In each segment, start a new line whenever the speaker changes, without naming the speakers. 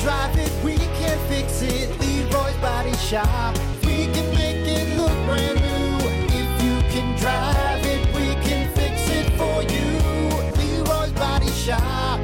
drive it, we can fix it. Leroy's Body Shop. We can make it look brand new. If you can drive it, we can fix it for you. Leroy's Body Shop.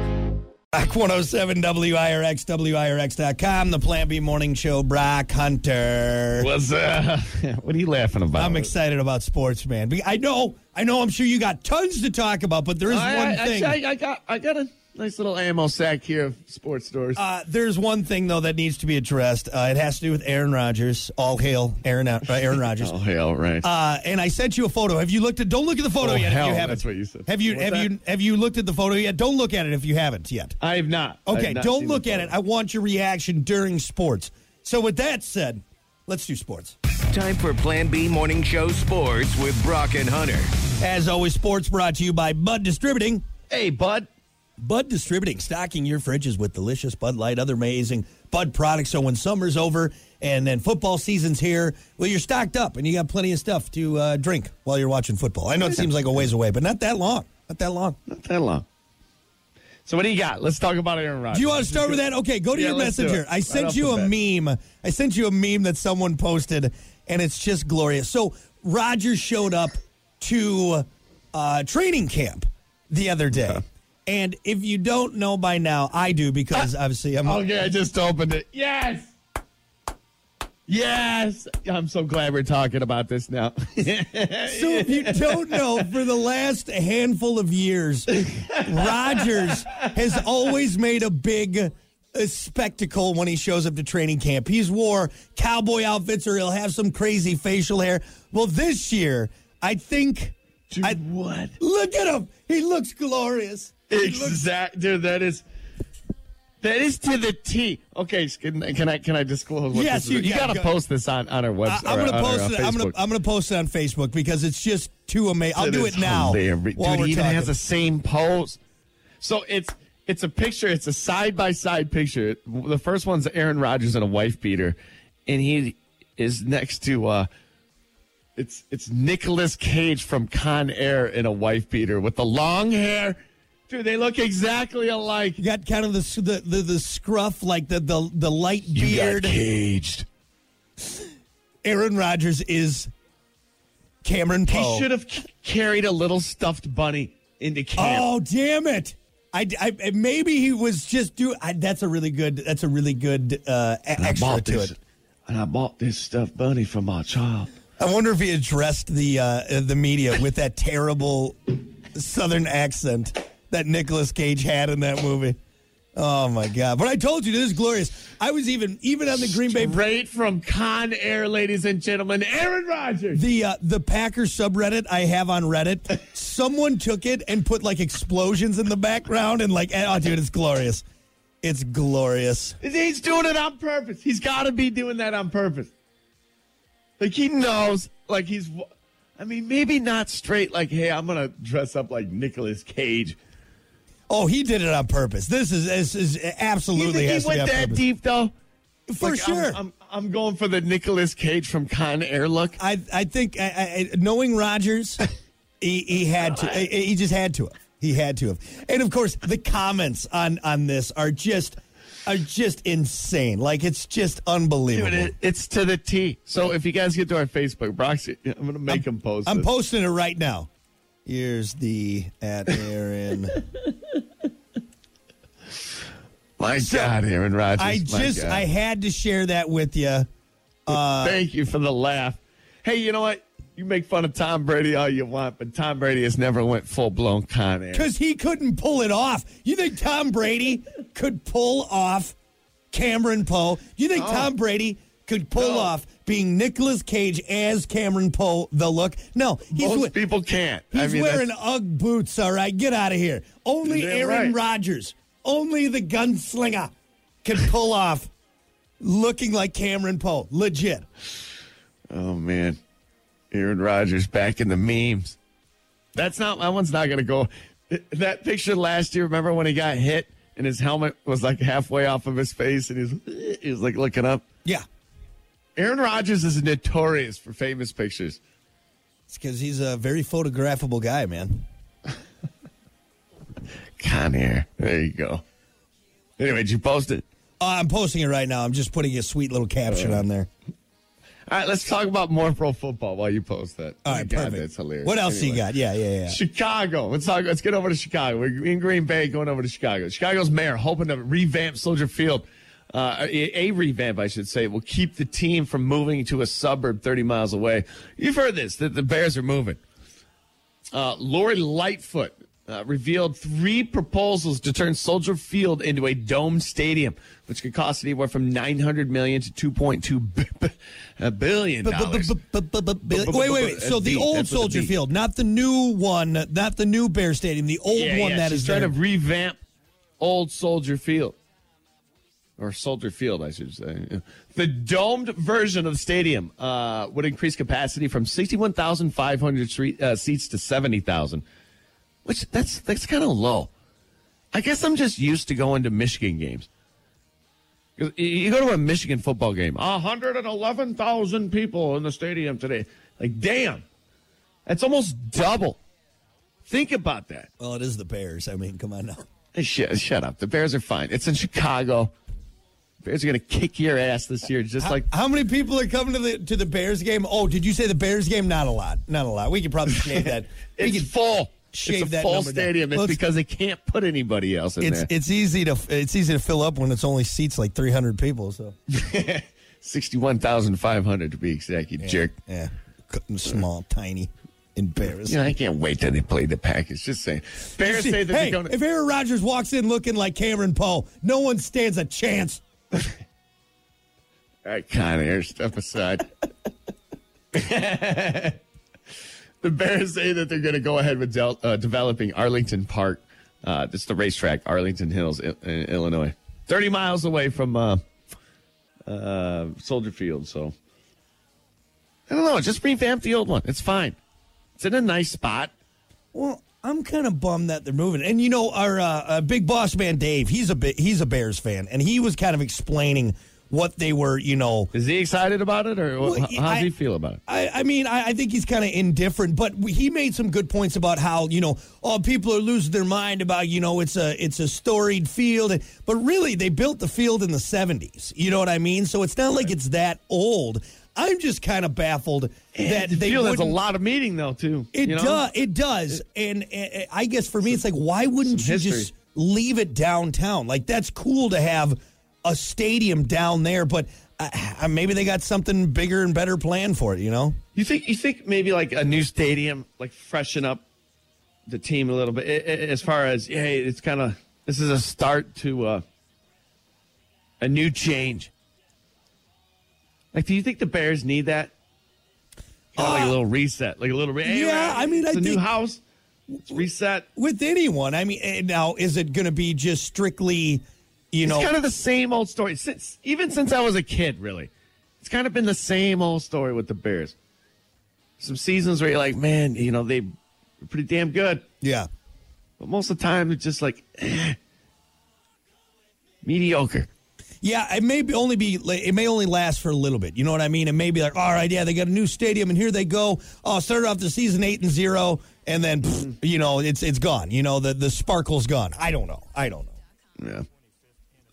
Rock 107 WIRX, WIRX.com, the Plant B Morning Show, Brock Hunter.
What's uh, what are you laughing about?
I'm excited about sports, man. Be- I know, I know, I'm sure you got tons to talk about, but there is
I,
one
I-
thing.
I, I got I got a nice little ammo sack here of sports stores.
uh, there's one thing, though, that needs to be addressed. Uh, it has to do with Aaron Rodgers. All hail Aaron, uh, Aaron Rodgers.
oh hell, right.
Uh, and I sent you a photo. Have you looked at? Don't look at the photo
Oh,
yet. if
hell,
you haven't.
that's what you said.
Have you
What's
have
that?
you have you looked at the photo yet? Don't look at it if you haven't yet.
I have not. I have
Okay,
not
don't
seen
look
the
at it.
photo.
I want your reaction during sports. So with that said, let's do sports.
Time for Plan B Morning Show Sports with Brock and Hunter.
As always, sports brought to you by Bud Distributing.
Hey, bud.
Bud Distributing, stocking your fridges with delicious Bud Light, other amazing Bud products. So when summer's over and then football season's here, well, you're stocked up and you got plenty of stuff to uh, drink while you're watching football. I know it seems like a ways away, but not that long. Not that long.
Not that long. So what do you got? Let's talk about Aaron Rodgers.
Do you want to start with that? Okay, go to
Yeah,
your
let's do
messenger.
it.
I
Right
sent
off
you
the
a meme. I sent you a meme that someone posted, and it's just glorious. So Rogers showed up to uh, training camp the other day, and if you don't know by now, I do because
Ah.
obviously I'm.
Okay, I just opened it. Yes. Yes. I'm so glad we're talking about this now.
So if you don't know, for the last handful of years, Rogers has always made a big uh, spectacle when he shows up to training camp. He's wore cowboy outfits, or he'll have some crazy facial hair. Well, this year, I think.
Dude,
I-
what?
Look at him. He looks glorious.
Exact, dude. That is that is to the T. Okay, can, can I can I disclose? What
Yes,
this is?
you can.
got to
Go-
post this on on our
I,
website.
I'm
or
gonna
on our,
post
uh,
it. I'm gonna
Facebook.
I'm gonna post it on Facebook because it's just too amazing. I'll
That
do
is
it now.
hilarious.
while
Dude,
we're
he even
talking.
has the same pose. So it's it's a picture. It's a side by side picture. The first one's Aaron Rodgers and a wife beater, and he is next to. uh it's it's Nicolas Cage from Con Air in a wife beater with the long hair. Dude, they look exactly alike.
You got kind of the s- the the, the scruff, like the the the light beard.
caged.
Aaron Rodgers is Cameron
He
Poe.
should have c- carried a little stuffed bunny into camp.
Oh damn it! I, I- maybe he was just do. I, that's a really good. That's a really good uh, e-
I
extra
bought
to
this,
it.
and I bought this stuffed bunny for my child.
I wonder if he addressed the uh, uh, the media with that terrible Southern accent that Nicolas Cage had in that movie. Oh my god! But I told you this is glorious. I was even even on the Green Bay
Right from Con Air, ladies and gentlemen, Aaron Rodgers.
The uh, the Packers subreddit I have on Reddit, someone took it and put like explosions in the background and like, oh dude, it's glorious, it's glorious.
He's doing it on purpose. He's got to be doing that on purpose. Like he knows. Like he's. I mean, maybe not straight. Like, hey, I'm gonna dress up like Nicolas Cage.
Oh, he did it on purpose. This is this is
You
absolutely
think
has
he
to be
went
on
that
purpose.
deep though?
for
Like, I'm-
sure.
I'm, I'm, going for the Nicolas Cage from Con Air look.
I I think I, I, I- knowing Rogers, he, he had to. He he just had to have. He had to have. And of course, the comments on on this are just are just insane. Like it's just unbelievable.
Dude, it, it's to the T. So if you guys get to our Facebook, Broxy, I'm gonna make him post.
I'm
this.
posting it right now. Here's the at Aaron.
My God, Aaron Rodgers.
I
my
just
God.
I uh, had to share that with you.
Thank you for the laugh. Hey, you know what? You make fun of Tom Brady all you want, but Tom Brady has never went full blown Con Air.
Because he couldn't pull it off. You think Tom Brady could pull off Cameron Poe? You think Tom Brady could pull
No.
off being Nicolas Cage as Cameron Poe the look? No. He's,
Most
we-
people can't.
he's
I mean,
wearing
that's-
Ugg boots, all right? Get out of here. Only
You're damn
Aaron
right.
Rodgers, only the gunslinger can pull off looking like Cameron Poe. Legit.
oh man, Aaron Rodgers back in the memes. That's not that one's not gonna go. That picture last year, remember when he got hit and his helmet was like halfway off of his face and he's he was like looking up.
Yeah.
Aaron Rodgers is notorious for famous pictures.
It's because he's a very photographable guy, man.
Con Air. There you go. Anyway, did you post it?
Uh, I'm posting it right now. I'm just putting a sweet little caption on there.
All right, let's talk about more pro football while you post that.
All
My
right,
Oh, God,
perfect.
That's hilarious.
What else
Anyway.
you got? Yeah, yeah, yeah.
Chicago. Let's talk. Let's get over to Chicago. We're in Green Bay, going over to Chicago. Chicago's mayor hoping to revamp Soldier Field. Uh, a, a revamp, I should say, will keep the team from moving to a suburb 30 miles away. You've heard this that the Bears are moving. Uh, Lori Lightfoot uh, revealed three proposals to turn Soldier Field into a dome stadium, which could cost anywhere from 900 million to 2.2 b- b- billion
Bu- bu-
dollars.
bu- bu- bu- bu- bu-
bu-
Wait, wait,
bu-
wait. So
that's
the
B.
old
That's with a
Soldier
B.
Field, not the new one, not the new Bear Stadium, the old
Yeah,
one
yeah,
that
she's
is
trying
there.
to revamp old Soldier Field. Or Soldier Field, I should say. The domed version of the stadium uh, would increase capacity from 61,500 street- uh, seats to 70,000, which that's that's kind of low. I guess I'm just used to going to Michigan games. 'Cause y- You go to a Michigan football game, 111,000 people in the stadium today. Like, damn, that's almost double. Think about that.
well, it is the Bears. I mean, come on now.
Shut, shut up. The Bears are fine. It's in Chicago. Bears are going to kick your ass this year, just like
How many people are coming to the to the Bears game? Oh, did you say the Bears game? Not a lot. Not a lot. We could probably shave that. we
it's
could,
full.
shave
it's a
that
full
number down.
stadium. It's
Let's-
because they can't put anybody else in
it's
there.
it's easy to it's easy to fill up when it's only seats like 300 people. So
Sixty-one thousand five hundred to be exact. You jerk.
yeah, Cutting small, tiny, embarrassing.
You know, I can't wait till they play the Packers. Just saying. Bears
See,
say that
hey,
they're going
if Aaron Rodgers walks in looking like Cameron Poe, no one stands a chance.
All right, Con Air, step aside. the Bears say that they're going to go ahead with del- uh, developing Arlington Park. Uh, that's the racetrack, Arlington Hills, I- in Illinois. 30 miles away from uh, uh, Soldier Field. So I don't know. Just revamp the old one. It's fine. It's in a nice spot.
Well, I'm kind of bummed that they're moving. And you know, our uh, uh, big boss man Dave, he's a bit, he's a Bears fan, and he was kind of explaining what they were. You know,
Is he excited about it, or
Well,
how does
I-
he feel about it?
I, I mean, I, I think he's kind of indifferent, but he made some good points about how you know, oh, people are losing their mind about you know, it's a it's a storied field, and, but really they built the field in the '70s. You know what I mean? So it's not like it's that old. I'm just kind of baffled that
Eh, the
they
field has a
wouldn't-
lot of meaning, though, too.
It
you know?
does. It does. And, and I guess for me, it's like, why wouldn't
some
you
history.
just leave it downtown? Like that's cool to have a stadium down there, but uh, uh, maybe they got something bigger and better planned for it. You know?
You think you think maybe like a new stadium, like freshen up the team a little bit, i- i- as far as hey, it's kind of this is a start to uh, a new change. Like, do you think the Bears need that? Kinda like a
Uh,
little reset, like a little. Hey,
yeah,
we're-
I mean, I
it's a new
think-
house. It's reset.
With anyone, I mean, eh, now is it going to be just strictly, you know?
It's kind of the same old story since even since I was a kid. Really, it's kind of been the same old story with the Bears. Some seasons where you're like, man, you know they were pretty damn good.
yeah.
But most of the time, it's just like eh, mediocre.
Yeah, it may be only be it may only last for a little bit. You know what I mean? It may be like, all right, yeah, they got a new stadium, and here they go. Oh, started off the season eight and zero, and then
Mm-hmm.
pfft, you know it's it's gone. You know the the sparkle's gone. I don't know. I don't know.
Yeah.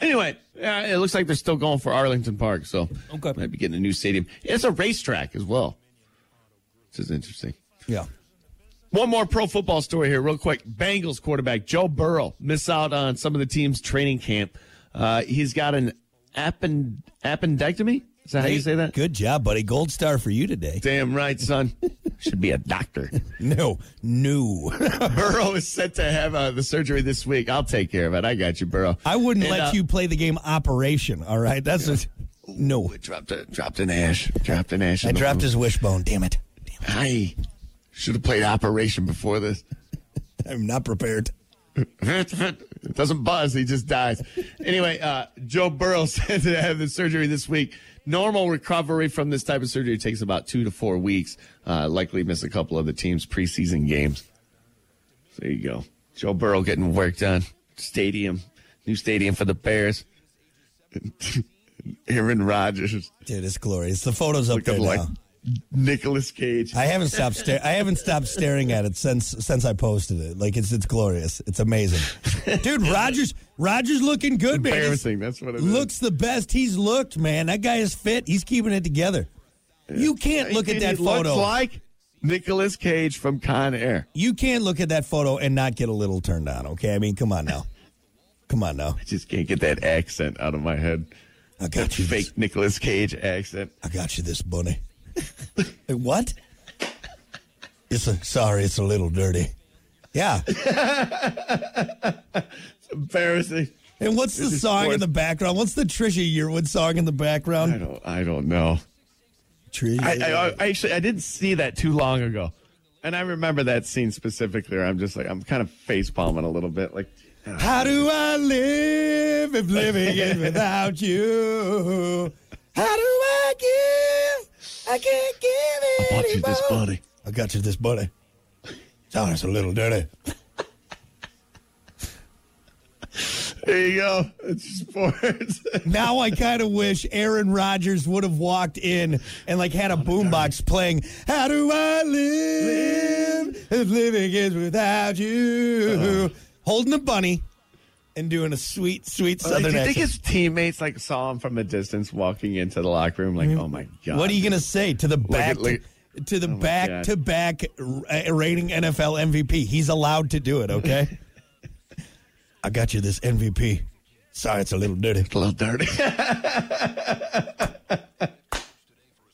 Anyway, uh, it looks like they're still going for Arlington Park, so
Okay.
might be getting a new stadium. It's a racetrack as well, which is interesting.
Yeah.
One more pro football story here, real quick. Bengals quarterback Joe Burrow miss out on some of the team's training camp. Uh, he's got an append- appendectomy. Is that how you say that?
Good job, buddy. Gold star for you today.
Damn right, son. Should be a doctor.
No, no.
Burrow is set to have uh, the surgery this week. I'll take care of it. I got you, Burrow.
I wouldn't
And,
let
uh,
you play the game Operation. All right, that's just no.
I dropped a, dropped an ash. Dropped an ash.
I dropped his wishbone. Damn it. Damn
I should have played Operation before this.
it. I'm not prepared.
it doesn't buzz. He just dies. Anyway, uh, Joe Burrow said to have the surgery this week. Normal recovery from this type of surgery takes about two to four weeks. Uh, likely miss a couple of the team's preseason games. There you go. Joe Burrow getting work done. Stadium, new stadium for the Bears. Aaron Rodgers.
Dude, it's glorious. The photos up
Look
there
up like
now.
Nicholas Cage.
I haven't stopped. Sta- I haven't stopped staring at it since since I posted it. Like it's it's glorious. It's amazing, dude. Rogers Rogers looking good, man. He's-
Embarrassing. That's what it is.
Looks the best he's looked, man. That guy is fit. He's keeping it together. You can't look at
He
that
looks
photo.
like Nicholas Cage from Con Air.
You can't look at that photo and not get a little turned on. Okay, I mean, come on now, come on now.
I just can't get that accent out of my head.
I
That
got you. This.
fake Nicolas Cage accent.
I got you this bunny. Like, what? It's a, sorry, it's a little dirty. Yeah.
Embarrassing.
And what's the
This is
song in
fourth.
the background? What's the Trisha Yearwood song in the
I
background?
don't. I don't know.
Trisha.
I, I, I actually I didn't see that too long ago, and I remember that scene specifically. Where I'm just like I'm kind of face palming a little bit. Like
How do I live if living is without you? How do I give? I can't give it.
bought you this
anymore.
buddy.
I got you this buddy. Sorry, it's a little dirty.
There you go. It's sports.
Now I kind of wish Aaron Rodgers would have walked in and like had a boombox playing "How Do I Live If Living Is Without
Uh-huh.
You," holding a bunny and doing a sweet, sweet
Like, Uh, do
Southern
you think
accent.
his teammates like saw him from a distance walking into the locker room? Like, oh my god,
Mm-hmm. What are you gonna say to the back
at- look
to the
my
back to back uh, rating NFL MVP? He's allowed to do it. Okay. I got you this MVP. Sorry, it's a little dirty.
A little dirty.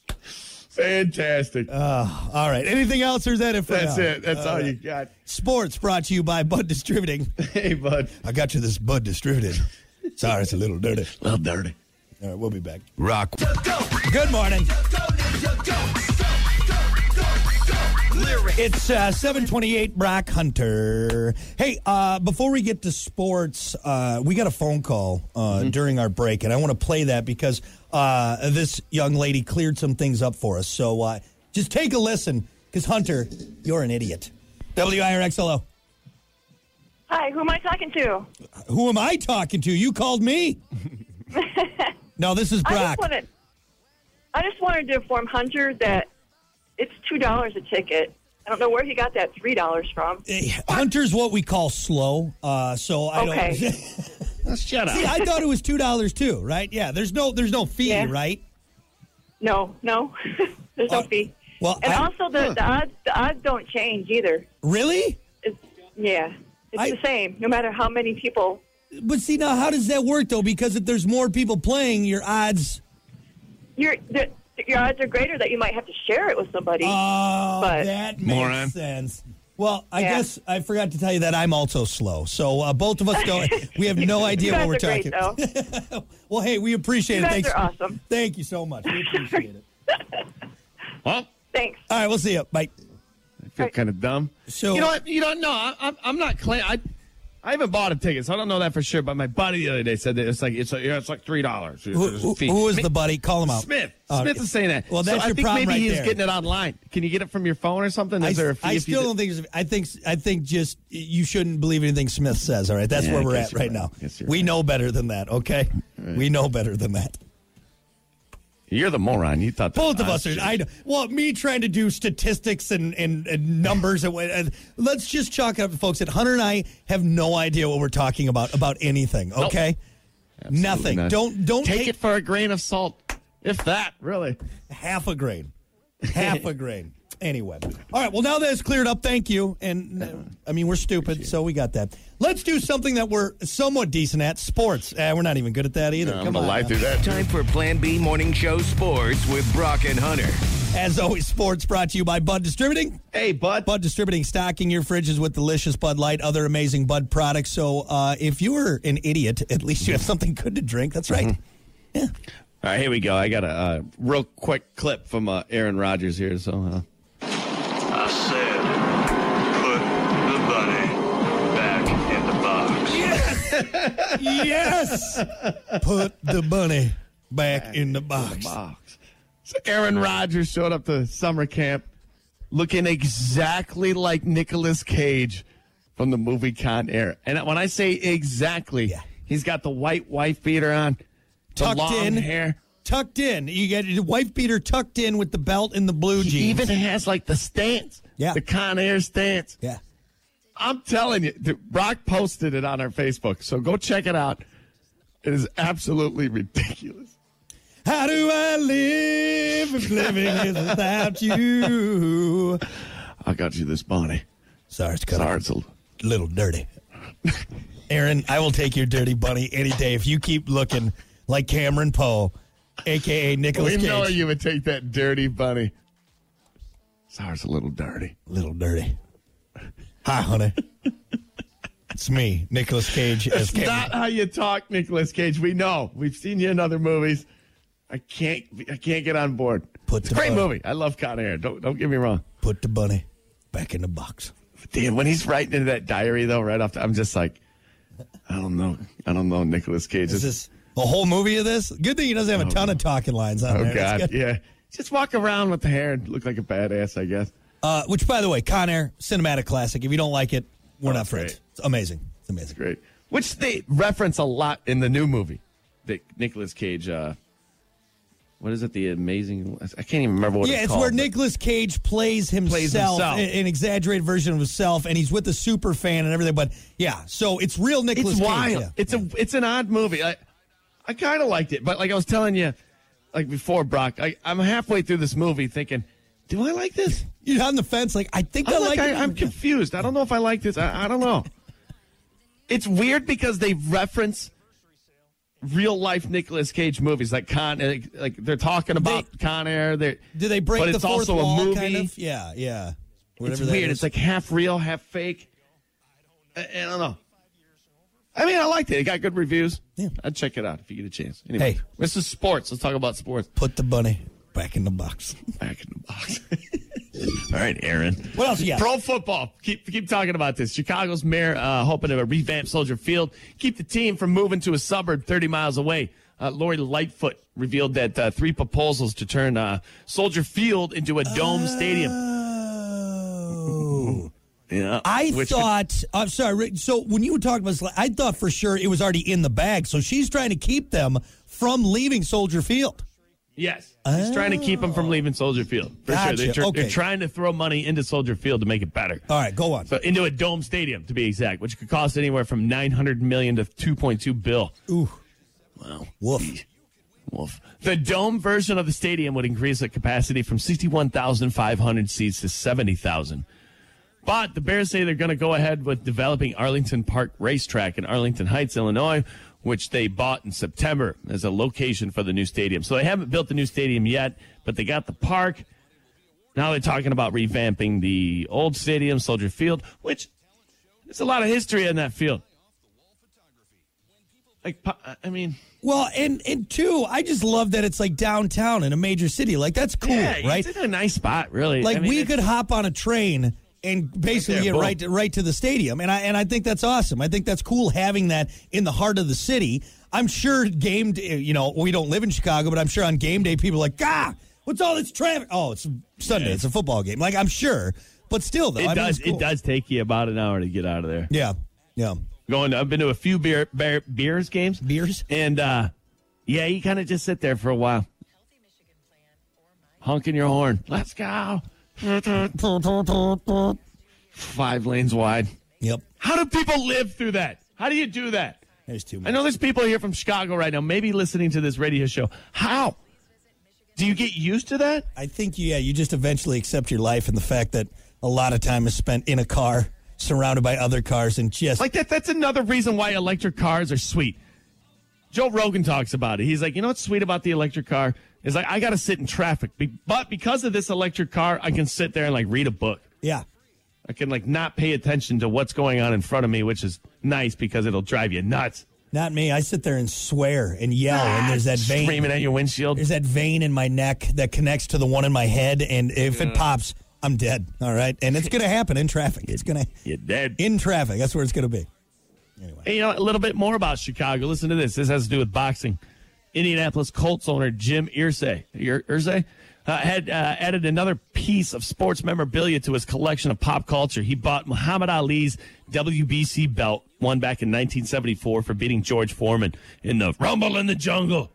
Fantastic.
Oh, All right. Anything else, or is that it for
That's
now?
it. That's all you got.
Sports brought to you by Bud Distributing.
Hey, bud.
I got you this Bud Distributed. Sorry, it's a little dirty.
A little dirty.
All right, we'll be back.
Rock
Good morning. It's uh, 728 Brock Hunter. Hey, uh, before we get to sports, uh, we got a phone call uh, during our break, and I want to play that because uh, this young lady cleared some things up for us. So uh, just take a listen because, Hunter, you're an idiot. WIRXLO.
Hi, who am I talking to?
Who am I talking to? You called me? no, this is
I
Brock.
just wanted, I just wanted to inform Hunter that it's two dollars a ticket. I don't know where he got that three dollars from.
Eh, Hunter's what we call slow, uh, so I
Okay.
don't.
Shut up.
See, I thought it was two dollars too, right? Yeah, there's no there's no fee,
Yeah.
right?
No, no, there's no
Uh,
fee.
well,
and
I-
also the, the odds the odds don't change either.
Really?
It's, yeah, it's
I-
the same no matter how many people.
But see now, how does that work though? Because if there's more people playing, your odds.
Your the, your odds are greater that you might have to share it with somebody.
Oh,
But-
that makes
Moron.
sense. Well, I
Yeah.
guess I forgot to tell you that I'm also slow, so uh, both of us don't. We have no
you
idea
guys
what we're
are great,
talking.
though.
Well, hey, we appreciate
You
it.
guys
Thanks.
are awesome.
Thank you so much. We appreciate it.
Well,
Thanks.
All right, we'll see you. Bye.
I feel kind of dumb.
So-
you know what? You don't know. I, I'm, I'm not claiming. I, I haven't bought a ticket, so I don't know that for sure. But my buddy the other day said that it's like it's like, yeah, it's like three dollars.
Who, who, who is the buddy? Call him out.
Smith?
Uh,
Smith is saying that.
Well,
So
that's
I
your
think
problem
maybe
right
he's
there.
getting it online. Can you get it from your phone or something? Is
I,
there a fee?
I
if you
still
did-
don't think. There's, I think. I think just you shouldn't believe anything Smith says. All right, that's
Yeah,
where
I
we're
guess
at
you're
right,
right.
now.
Guess you're
We
right.
know better than that. Okay, we know better than that.
You're the moron. You thought that
Both of
I
us are.
should-
I know. Well, me trying to do statistics and and, and numbers and, what- and let's just chalk it up, to folks. That Hunter and I have no idea what we're talking about about anything. Okay, nothing.
not.
Don't don't
take it for a grain of salt, if that really.
half a grain. Half a grain. Anyway. All right. Well, now that it's cleared up, thank you. And uh, I mean, we're stupid, so we got that. Let's do something that we're somewhat decent at sports. Eh, we're not even good at that either.
I'm
Come
gonna
on.
lie
now.
through that.
Time for Plan B Morning Show Sports with Brock and Hunter.
As always, sports brought to you by Bud Distributing.
Hey, bud.
Bud Distributing stocking your fridges with delicious Bud Light, other amazing Bud products. So uh, if you were an idiot, at least you have something good to drink. That's right.
All right, here we go. I got a uh, real quick clip from uh, Aaron Rodgers here. So, uh,
I said, put the bunny back in the box.
Mm-hmm. yes. Put the bunny back in the box.
box. So Aaron Rodgers showed up to summer camp looking exactly like Nicolas Cage from the movie Con Air. And when I say exactly,
Yeah.
he's got the white wife beater on, the
Tucked
long
in.
hair,
tucked in. You get the wife beater tucked in with the belt and the blue
He
jeans.
even has like the stance,
Yeah.
the Con Air stance.
yeah.
I'm telling you, th- Brock posted it on our Facebook, so go check it out. It is absolutely ridiculous.
How do I live if living is without you?
I got you this Bonnie.
Sorry, it's cut
Sorry,
off.
it's a-
A little dirty. Aaron, I will take your dirty bunny any day if you keep looking like Cameron Poe, aka Nicholas
we
Cage.
know you would take that dirty bunny. Sorry's a little dirty.
little dirty. Hi, honey. it's me, Nicholas Cage as
That's
Cameron.
not how you talk, Nicolas Cage. We know. We've seen you in other movies. I can't. I can't get on board.
Put
it's a
the
great
button.
movie. I love Con Air. Don't don't get me wrong.
Put the bunny back in the box.
But damn, when he's writing into that diary though, right off, the, I'm just like, I don't know. I don't know, Nicolas Cage.
Is
It's-
this a whole movie of this? Good thing he doesn't have a ton of talking lines on
Oh
there. That's
God,
good.
yeah. Just walk around with the hair and look like a badass, I guess.
Uh, which, by the way, Con Air, cinematic classic. If you don't like it, we're
Oh,
not friends.
great.
It's amazing. It's amazing.
Great. Which they reference a lot in the new movie that Nicolas Cage. uh What is it? The Amazing. I can't even remember what.
yeah, it's
called,
where
but-
Nicolas Cage plays himself,
Plays himself.
a- an exaggerated version of himself, and he's with a super fan and everything. But yeah, so it's real Nicolas
It's
Cage.
wild.
yeah.
It's a. It's an odd movie. I, I kind of liked it, but like I was telling you, like before, Brock, I, I'm halfway through this movie thinking, do I like this?
You're on the fence, like I think i
I'm
like.
like,
it.
I, am confused. I don't know if I like this. I, I don't know. It's weird because they reference real life Nicolas Cage movies, like Con, like, like they're talking about Con Air. They're,
Do they break
but
the
it's
fourth
also
wall?
a movie.
Kind of? Yeah, yeah.
It's
Whatever that
weird.
is.
It's like half real, half fake. I, I don't know. I mean, I liked it. It got good reviews.
Yeah.
I'd check it out if you get a chance. Anyway,
Hey.
this is sports. Let's talk about sports.
put the bunny back in the box.
Back in the box. All right, Aaron.
What else you got?
Pro football. Keep keep talking about this. Chicago's mayor uh, hoping to revamp Soldier Field, keep the team from moving to a suburb 30 miles away. Uh, Lori Lightfoot revealed that uh, three proposals to turn uh, Soldier Field into a
Uh,
dome stadium.
Oh.
Yeah,
I
which-
thought. I'm sorry. Rick, So when you were talking about, this, I thought for sure it was already in the bag. So she's trying to keep them from leaving Soldier Field.
yes, he's trying to keep them from leaving Soldier Field. For sure, they
Oh. Gotcha. Okay.
are trying to throw money into Soldier Field to make it better.
All right, go on.
So into a dome stadium, to be exact, which could cost anywhere from 900 million to 2.2 bill.
Ooh,
Wow.
woof.
Wolf. The dome version of the stadium would increase the capacity from 61,500 seats to 70,000. But the Bears say they're going to go ahead with developing Arlington Park Racetrack in Arlington Heights, Illinois, which they bought in September as a location for the new stadium. So they haven't built the new stadium yet, but they got the park. Now they're talking about revamping the old stadium, Soldier Field, which there's a lot of history in that field. Like, pa- I mean,
Well, and and two, I just love that it's like downtown in a major city. Like that's cool,
yeah,
right?
It's in a nice spot, really.
Like
I mean,
we
it's-
could hop on a train and basically
there,
get
boom.
right to, right to the stadium, and I and I think that's awesome. I think that's cool having that in the heart of the city. I'm sure game, day, you know, we don't live in Chicago, but I'm sure on game day people are like, ah, what's all this traffic? Oh, it's Sunday, it's a football game. Like I'm sure, but still though,
It
I mean,
does.
it's cool.
It does take you about an hour to get out of there.
Yeah, yeah.
Going. I've been to a few beer, beer beers games,
Beers?
and uh yeah, you kind of just sit there for a while, honking your horn. Let's go. Five lanes wide.
Yep.
How do people live through that? How do you do that?
There's too much.
I know there's people here from Chicago right now, maybe listening to this radio show. How? Do you get used to that?
I think yeah, you just eventually accept your life and the fact that a lot of time is spent in a car surrounded by other cars and just
Like that that's another reason why electric cars are sweet. Joe Rogan talks about it. He's like, you know what's sweet about the electric car is like I got to sit in traffic, Be- but because of this electric car, I can sit there and like read a book.
yeah.
I can like not pay attention to what's going on in front of me, which is nice because it'll drive you nuts.
Not me. I sit there and swear and yell, and there's that vein.
screaming at your windshield.
There's that vein in my neck that connects to the one in my head, and if it pops, I'm dead. All right, and it's gonna happen in traffic. It's gonna
You're dead.
in traffic. That's where it's gonna be.
Hey, you know, a little bit more about Chicago. Listen to this. This has to do with boxing. Indianapolis Colts owner Jim Irsay, Ir- Irsay uh, had uh, added another piece of sports memorabilia to his collection of pop culture. He bought Muhammad Ali's WBC belt, won back in 1974 for beating George Foreman in the Rumble in the Jungle.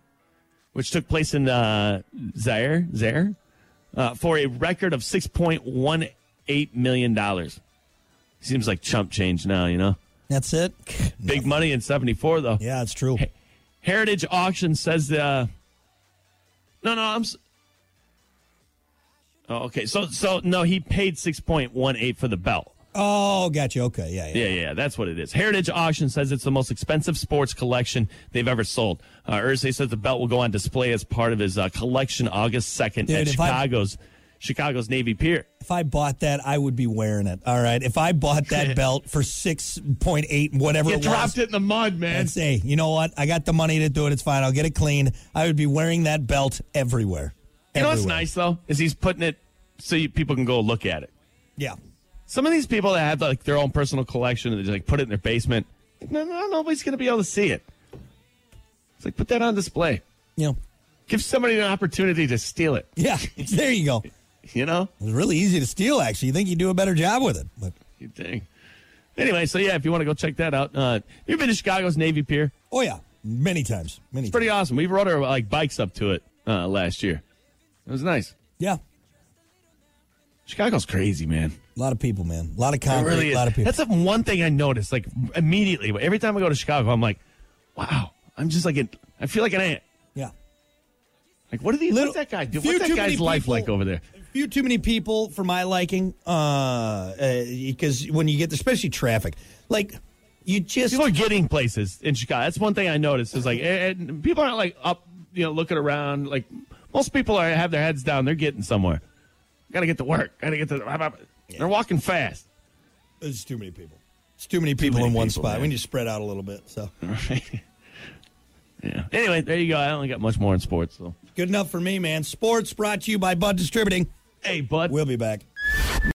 which took place in uh, Zaire, Zaire, uh, for a record of six point one eight million dollars. Seems like chump change now, you know.
That's it.
Big money in '74 though.
Yeah, it's true.
Heritage Auction says the. Uh, no, no, I'm. s- Oh, okay. So, so no, he paid six point one eight for the belt.
Oh, gotcha. Okay, yeah, yeah.
Yeah, yeah, that's what it is. Heritage Auction says it's the most expensive sports collection they've ever sold. Uh, Ursay says the belt will go on display as part of his uh, collection August second
Dude,
at
if I-
Chicago's Chicago's Navy Pier.
If I bought that, I would be wearing it. All right. If I bought that belt for six point eight, whatever
You
it
dropped
was,
it in the mud, man.
and say, you know what? I got the money to do it. It's fine. I'll get it clean. I would be wearing that belt everywhere.
You know what's
Everywhere.
nice though is he's putting it so you, people can go look at it.
Yeah.
Some of these people that have like their own personal collection and they just like put it in their basement, no, no, nobody's gonna be able to see it. It's like put that on display.
You know.
Give somebody an opportunity to steal it.
Yeah. There you go.
You know.
It's really easy to steal, actually. You think you do a better job with it. But
You think. Anyway, so yeah, if you want to go check that out, uh, you've been to Chicago's Navy Pier.
oh yeah. Many times. Many
Pretty
times.
awesome. We rode our like bikes up to it uh, last year. It was nice.
Yeah.
Chicago's crazy, man.
A lot of people, man. A lot of
It
concrete,
really
a lot of
is.
people.
That's the one thing I noticed. Like immediately, every time I go to Chicago, I'm like, wow. I'm just like, a, I feel like an ant.
yeah.
Like, what are these?
Little-
what's that guy do?
few
What's that
too many
guy's life
people-
like over there?
few too many people for my liking uh because when you get especially traffic like you just
People are getting places in Chicago. That's one thing I noticed. Is like, eh, eh, people aren't like up, you know, looking around. Like most people are have their heads down. They're getting somewhere. Gotta get to work. Gotta get to. They're walking fast.
it's too many people it's too many people
many
in one spot
people,
Mm-hmm.
man.
we need to spread out a little bit so
Yeah. Anyway, there you go. I only got much more in sports. So,
good enough for me man sports brought to you by bud distributing
hey, bud.
we'll be back